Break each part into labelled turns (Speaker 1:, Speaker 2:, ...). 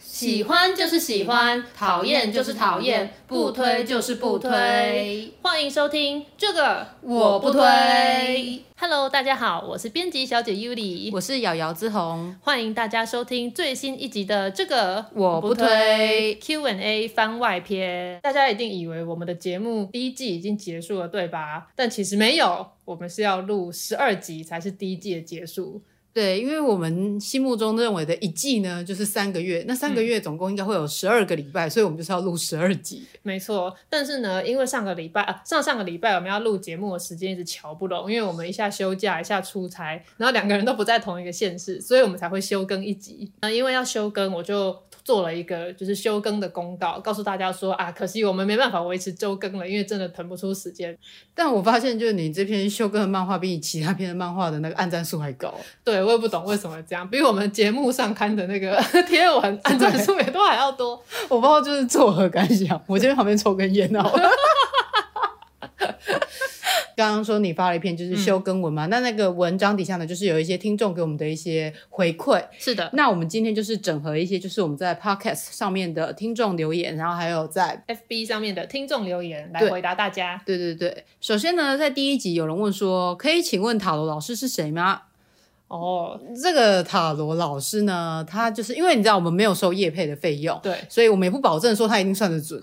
Speaker 1: 喜欢就是喜欢，讨厌就是讨厌，不推就是不推。
Speaker 2: 欢迎收听这个
Speaker 1: 我不推。
Speaker 2: Hello，大家好，我是编辑小姐 Yuli，
Speaker 1: 我是瑶瑶之红，
Speaker 2: 欢迎大家收听最新一集的这个
Speaker 1: 我不推
Speaker 2: Q&A 番外篇。大家一定以为我们的节目第一季已经结束了，对吧？但其实没有，我们是要录十二集才是第一季的结束。
Speaker 1: 对，因为我们心目中认为的一季呢，就是三个月，那三个月总共应该会有十二个礼拜，所以我们就是要录十二集。
Speaker 2: 没错，但是呢，因为上个礼拜啊，上上个礼拜我们要录节目的时间一直瞧不拢，因为我们一下休假，一下出差，然后两个人都不在同一个县市，所以我们才会休更一集。那因为要休更，我就做了一个就是休更的公告，告诉大家说啊，可惜我们没办法维持周更了，因为真的腾不出时间。
Speaker 1: 但我发现，就是你这篇秀哥的漫画比你其他篇的漫画的那个按赞数还高，
Speaker 2: 对，我也不懂为什么这样，比我们节目上刊的那个 贴文按赞数也都还要多。
Speaker 1: 我不知道就是作何感想。我这边旁边抽根烟好了。刚刚说你发了一篇就是修更文嘛，那那个文章底下呢，就是有一些听众给我们的一些回馈，
Speaker 2: 是的
Speaker 1: 那我们今天就是整合一些，就是我们在 podcast 上面的听众留言，然后还有在。
Speaker 2: ，FB 上面的听众留言来
Speaker 1: 对
Speaker 2: 回答大家。
Speaker 1: 对对对，首先呢，在第一集有人问说，可以请问塔罗老师是谁吗？
Speaker 2: 哦，
Speaker 1: 这个塔罗老师呢，他就是因为你知道我们没有收业配的费用，
Speaker 2: 对，
Speaker 1: 所以我们也不保证说他一定算得 准，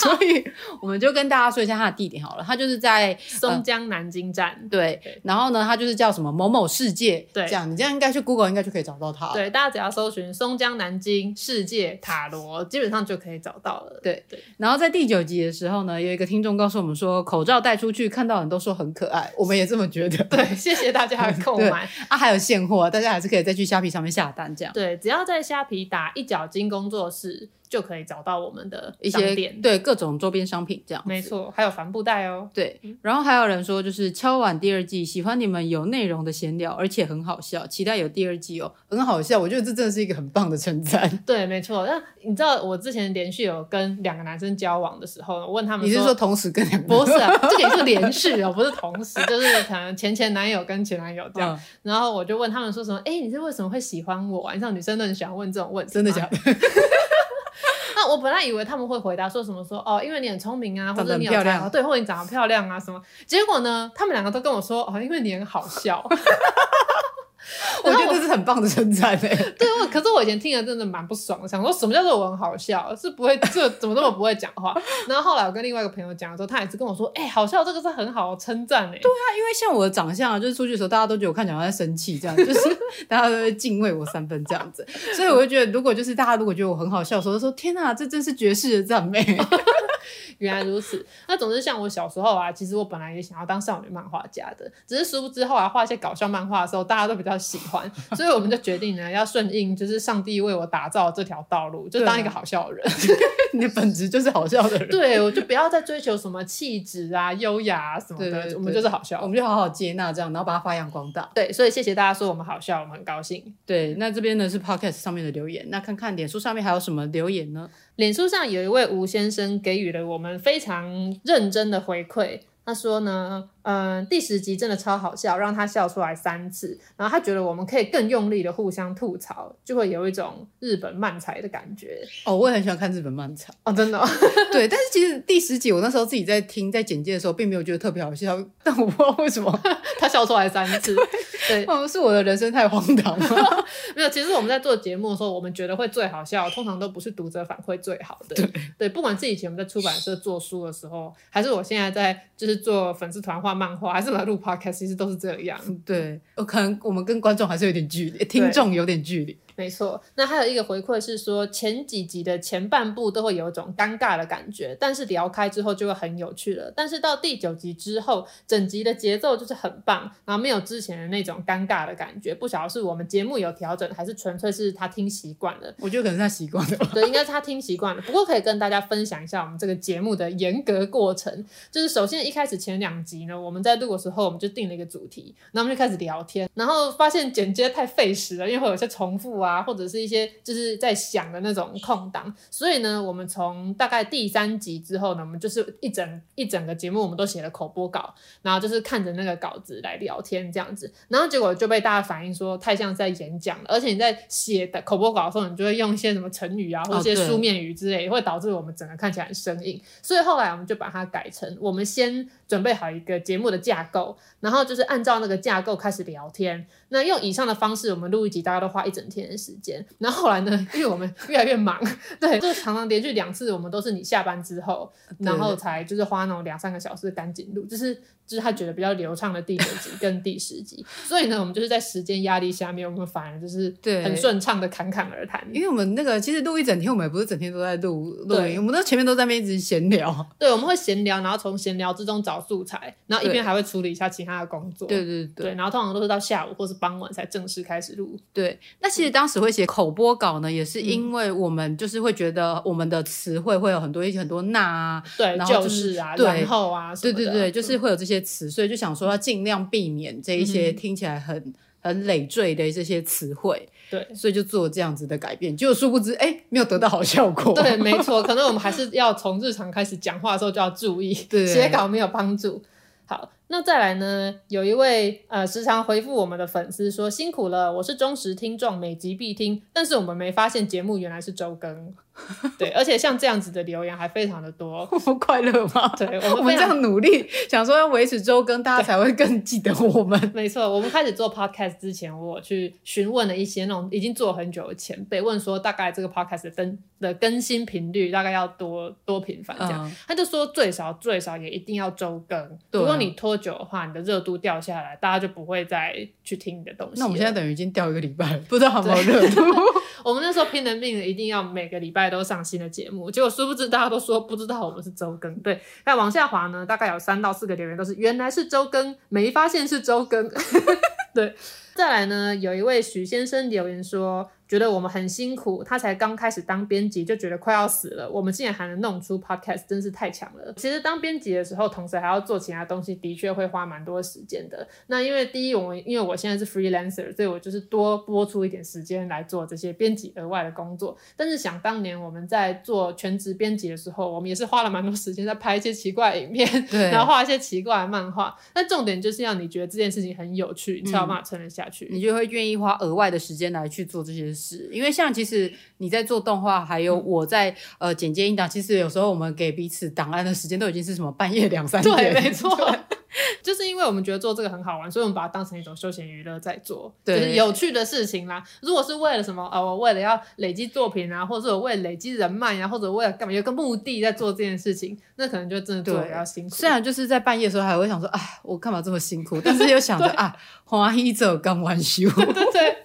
Speaker 1: 所以我们就跟大家说一下他的地点好了，他就是在
Speaker 2: 松江南京站。
Speaker 1: 对
Speaker 2: 对，
Speaker 1: 然后呢，他就是叫什么某某世界，
Speaker 2: 对
Speaker 1: 这样你这样应该去 Google 应该就可以找到他了。
Speaker 2: 对，大家只要搜寻松江南京世界塔罗，基本上就可以找到了。
Speaker 1: 对
Speaker 2: 对，
Speaker 1: 然后在第九集的时候呢，有一个听众告诉我们说，口罩戴出去，看到人都说很可爱，我们也这么觉得。
Speaker 2: 对，谢谢大家的购买。
Speaker 1: 啊，还有现货，大家还是可以再去虾皮上面下单，这样
Speaker 2: 对，只要在虾皮打一角金工作室，就可以找到我们的
Speaker 1: 一
Speaker 2: 商
Speaker 1: 些
Speaker 2: 店。
Speaker 1: 对各种周边商品这样。
Speaker 2: 没。错，还有帆布袋哦。
Speaker 1: 对，然后还有人说，就是《敲碗》第二季，喜欢你们有内容的闲聊，而且很好笑，期待有第二季哦，很好笑，我觉得这真的是一个很棒的称 赞。
Speaker 2: 对，没错。那你知道我之前连续有跟两个男生交往的时候，我问他们
Speaker 1: 你是说同时跟两个
Speaker 2: 不是 啊，这个也是连续哦，不是同时，就是可能前前男友跟前男友这样。
Speaker 1: 嗯
Speaker 2: 然后我就问他们说什么，哎、你是为什么会喜欢我、啊？你知道女生都很喜欢问这种问题，
Speaker 1: 真的假
Speaker 2: 的？
Speaker 1: 的？
Speaker 2: 那啊我本来以为他们会回答说什么说哦，因为你很聪明啊，或
Speaker 1: 长得
Speaker 2: 者
Speaker 1: 很
Speaker 2: 你有
Speaker 1: 漂亮
Speaker 2: 才华，对，或者你长得漂亮啊什么。结果呢，他们两个都跟我说哦，因为你很好笑。
Speaker 1: 我觉得这是很棒的称赞欸诶、
Speaker 2: 对，我可是我以前听了真的蛮不爽的，想说什么叫做我很好笑，是不会这怎么那么不会讲话。 然后后来我跟另外一个朋友讲的时候，他也是跟我说，哎、好笑这个是很好的称赞哎。对
Speaker 1: 因为像我的长相啊，就是出去的时候，大家都觉得我看起来好像在生气， 这样就是大家都会敬畏我三分这样子。所以我就觉得，如果就是大家如果觉得我很好笑的时候，都说天哪、这真是绝世的赞美。
Speaker 2: 原来如此。那总之，像我小时候啊，其实我本来也想要当少女漫画家的，只是殊不知后来画一些搞笑漫画的时候，大家都比较喜 欢，所以我们就决定呢，要顺应就是上帝为我打造这条道路，就
Speaker 1: 啊
Speaker 2: 当一个好笑的人。
Speaker 1: 你的本质就是好笑的人，
Speaker 2: 对，我就不要再追求什么气质啊、优雅啊什么的，
Speaker 1: 对对对
Speaker 2: 我们就是好
Speaker 1: 我
Speaker 2: 笑。
Speaker 1: 们就好好接纳这样，然后把它发扬光大。
Speaker 2: 对，所以谢谢大家说我们好笑，我们很高兴。
Speaker 1: 对，那这边呢是 podcast 上面的留言，那看看脸书上面还有什么留言呢？
Speaker 2: 脸书上有一位吴先生给予了我们非常认真的回馈。他说呢，嗯、第十集真的超好笑，让他笑出来三次。然后他觉得我们可以更用力的互相吐槽，就会有一种日本漫才的感觉
Speaker 1: 哦，我也很喜欢看日本漫才。
Speaker 2: 哦，真的、哦。
Speaker 1: 对，但是其实第十集我那时候自己在听在简介的时候，并没有觉得特别好笑， 但我不知道为什么，
Speaker 2: 他笑出来三次，对，
Speaker 1: 哦，是我的人生太荒唐了。
Speaker 2: 没有。其实我们在做节目的时候，我们觉得会最好笑，通常都不是读者反馈最好的。对，不管是以前我们在出版社做书的时候，还是我现在在就是做粉丝团画漫画，还是来录 podcast，其实都是这样。
Speaker 1: 对，呃可能我们跟观众还是有点距离，听众有点距离。
Speaker 2: 没错，那还有一个回馈是说，前几集的前半部都会有一种尴尬的感觉，但是聊开之后就会很有趣了。但是到第九集之后，整集的节奏就是很棒，然后没有之前的那种尴尬的感觉。不晓得是我们节目有调整，还是纯粹是他听习惯了。
Speaker 1: 我觉得可能是他习惯了吧。
Speaker 2: 对，应该是他听习惯了。不过可以跟大家分享一下我们这个节目的严格过程。就是首先一开始前两集呢，我们在录的时候，我们就定了一个主题，然后我们就开始聊天，然后发现剪接太费时了，因为会有一些重复啊，或者是一些就是在想的那种空档。所以呢，我们从大概第三集之后呢，我们就是一整一整个节目，我们都写了口播稿，然后就是看着那个稿子来聊天这样子。然后结果就被大家反映说太像在演讲了，而且你在写的口播稿的时候，你就会用一些什么成语啊，或者一些
Speaker 1: 哦对
Speaker 2: 书面语之类，会导致我们整个看起来很生硬。所以后来我们就把它改成，我们先准备好一个节目的架构，然后就是按照那个架构开始聊天。那用以上的方式，我们录一集大概都花一整天的时间。然后后来呢，因为我们越来越忙， 对，就常常连续两次，我们都是你下班之后，
Speaker 1: 对
Speaker 2: 然后才就是花那种两三个小时赶紧录，就是就是他觉得比较流畅的第九集跟第十集。所以呢，我们就是在时间压力下面，我们反而就是
Speaker 1: 对
Speaker 2: 很顺畅的侃侃而谈。
Speaker 1: 因为我们那个其实录一整天，我们也不是整天都在录录
Speaker 2: 对
Speaker 1: 音，我们都前面都在那边一直闲聊。
Speaker 2: 对，我们会闲聊，然后从闲聊之中找素材，然后一边还会处理一下其他的工作。
Speaker 1: 对对对
Speaker 2: 对，然后通常都是到下午或是傍晚才正式开始录。
Speaker 1: 对，那
Speaker 2: 嗯
Speaker 1: 其实当时会写口播稿呢，也是因为我们就是会觉得我们的词汇会有很多一些很多那啊，
Speaker 2: 对，
Speaker 1: 然后
Speaker 2: 就
Speaker 1: 就是
Speaker 2: 是啊，
Speaker 1: 对
Speaker 2: 然后啊，什
Speaker 1: 对
Speaker 2: 么的
Speaker 1: 对对，就是
Speaker 2: 嗯
Speaker 1: 会有这些词，所以就想说要尽量避免这一些听起来很、很累赘的这些词汇，
Speaker 2: 对。
Speaker 1: 所以就做这样子的改变。结果殊不知，哎，没有得到好效果。
Speaker 2: 对，没错，可能我们还是要从日常开始讲话的时候就要注意，
Speaker 1: 对
Speaker 2: 写稿没有帮助。好，那再来呢？有一位呃时常回复我们的粉丝说：“辛苦了，我是忠实听众，每集必听。”但是我们没发现节目原来是周更， 对，而且像这样子的留言还非常的多。
Speaker 1: 我们快乐吗？
Speaker 2: 对，我们
Speaker 1: 我们
Speaker 2: 非
Speaker 1: 这
Speaker 2: 常
Speaker 1: 样努力，想说要维持周更，大家才会更记得我们。
Speaker 2: 没错，我们开始做 podcast 之前，我去询问了一些那种已经做很久的前辈，问说大概这个 podcast 的更的更新频率大概要多多频繁 这样。
Speaker 1: 嗯
Speaker 2: 他就说最少最少也一定要周更，
Speaker 1: 对啊
Speaker 2: 如果你拖久的话，你的热度掉下来，大家就不会再去听你的东西了。
Speaker 1: 那我们现在等于已经掉一个礼拜了，不知道有没有热度。
Speaker 2: 我们那时候拼了命的，一定要每个礼拜都上新的节目，结果殊不知大家都说不知道我们是周更。对，那往下滑呢，大概有三到四个留言都是原来是周更，没发现是周更。对，再来呢，有一位许先生留言说，觉得我们很辛苦，他才刚开始当编辑就觉得快要死了，我们竟然还能弄出 podcast，真是太强了。其实当编辑的时候，同时还要做其他东西，的确会花蛮多时间的。那因为第一，我因为我现在是 freelancer，所以我就是多播出一点时间来做这些编辑额外的工作。但是想当年我们在做全职编辑的时候，我们也是花了蛮多时间在拍一些奇怪的影片，
Speaker 1: 对
Speaker 2: 然后画一些奇怪的漫画。但重点就是要你觉得这件事情很有趣，你才有办法撑得下去。
Speaker 1: 嗯你就会愿意花额外的时间来去做这些事。因为像其实你在做动画，还有我在、呃剪接音档，其实有时候我们给彼此档案的时间都已经是什么半夜两三点，
Speaker 2: 对， 没错。就是因为我们觉得做这个很好玩，所以我们把它当成一种休闲娱乐在做，
Speaker 1: 对
Speaker 2: 就是有趣的事情啦。如果是为了什么呃，我为了要累积作品啊，或者我为了累积人脉啊，或者为了干嘛有一个目的在做这件事情，那可能就真的做的比较辛苦。
Speaker 1: 虽然就是啊在半夜的时候还会想说，哎，我干嘛这么辛苦？但是又想着啊，黄阿姨只有刚完休，
Speaker 2: 对 对，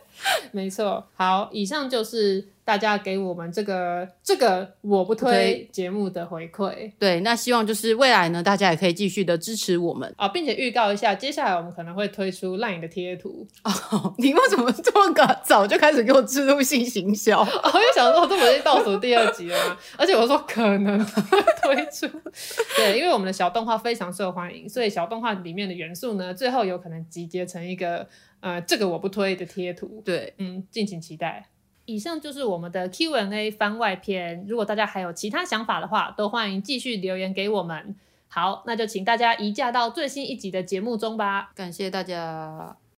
Speaker 2: 没错。好，以上就是大家给我们这个这个我不推
Speaker 1: 推
Speaker 2: 节目的回馈
Speaker 1: 对，那希望就是未来呢，大家也可以继续的支持我们。
Speaker 2: 啊，并且预告一下，接下来我们可能会推出 LINE 的贴图。
Speaker 1: 哦，你为什么这么个早就开始给我植入性行销？
Speaker 2: 我就想说，这不是倒数第二集了吗？ 而且我说可能会推出， 对，因为我们的小动画非常受欢迎，所以小动画里面的元素呢，最后有可能集结成一个呃，这个我不推的贴图。
Speaker 1: 对，
Speaker 2: 嗯，敬请期待。以上就是我们的 Q&A 番外篇。如果大家还有其他想法的话，都欢迎继续留言给我们。好，那就请大家移驾到最新一集的节目中吧。
Speaker 1: 感谢大家。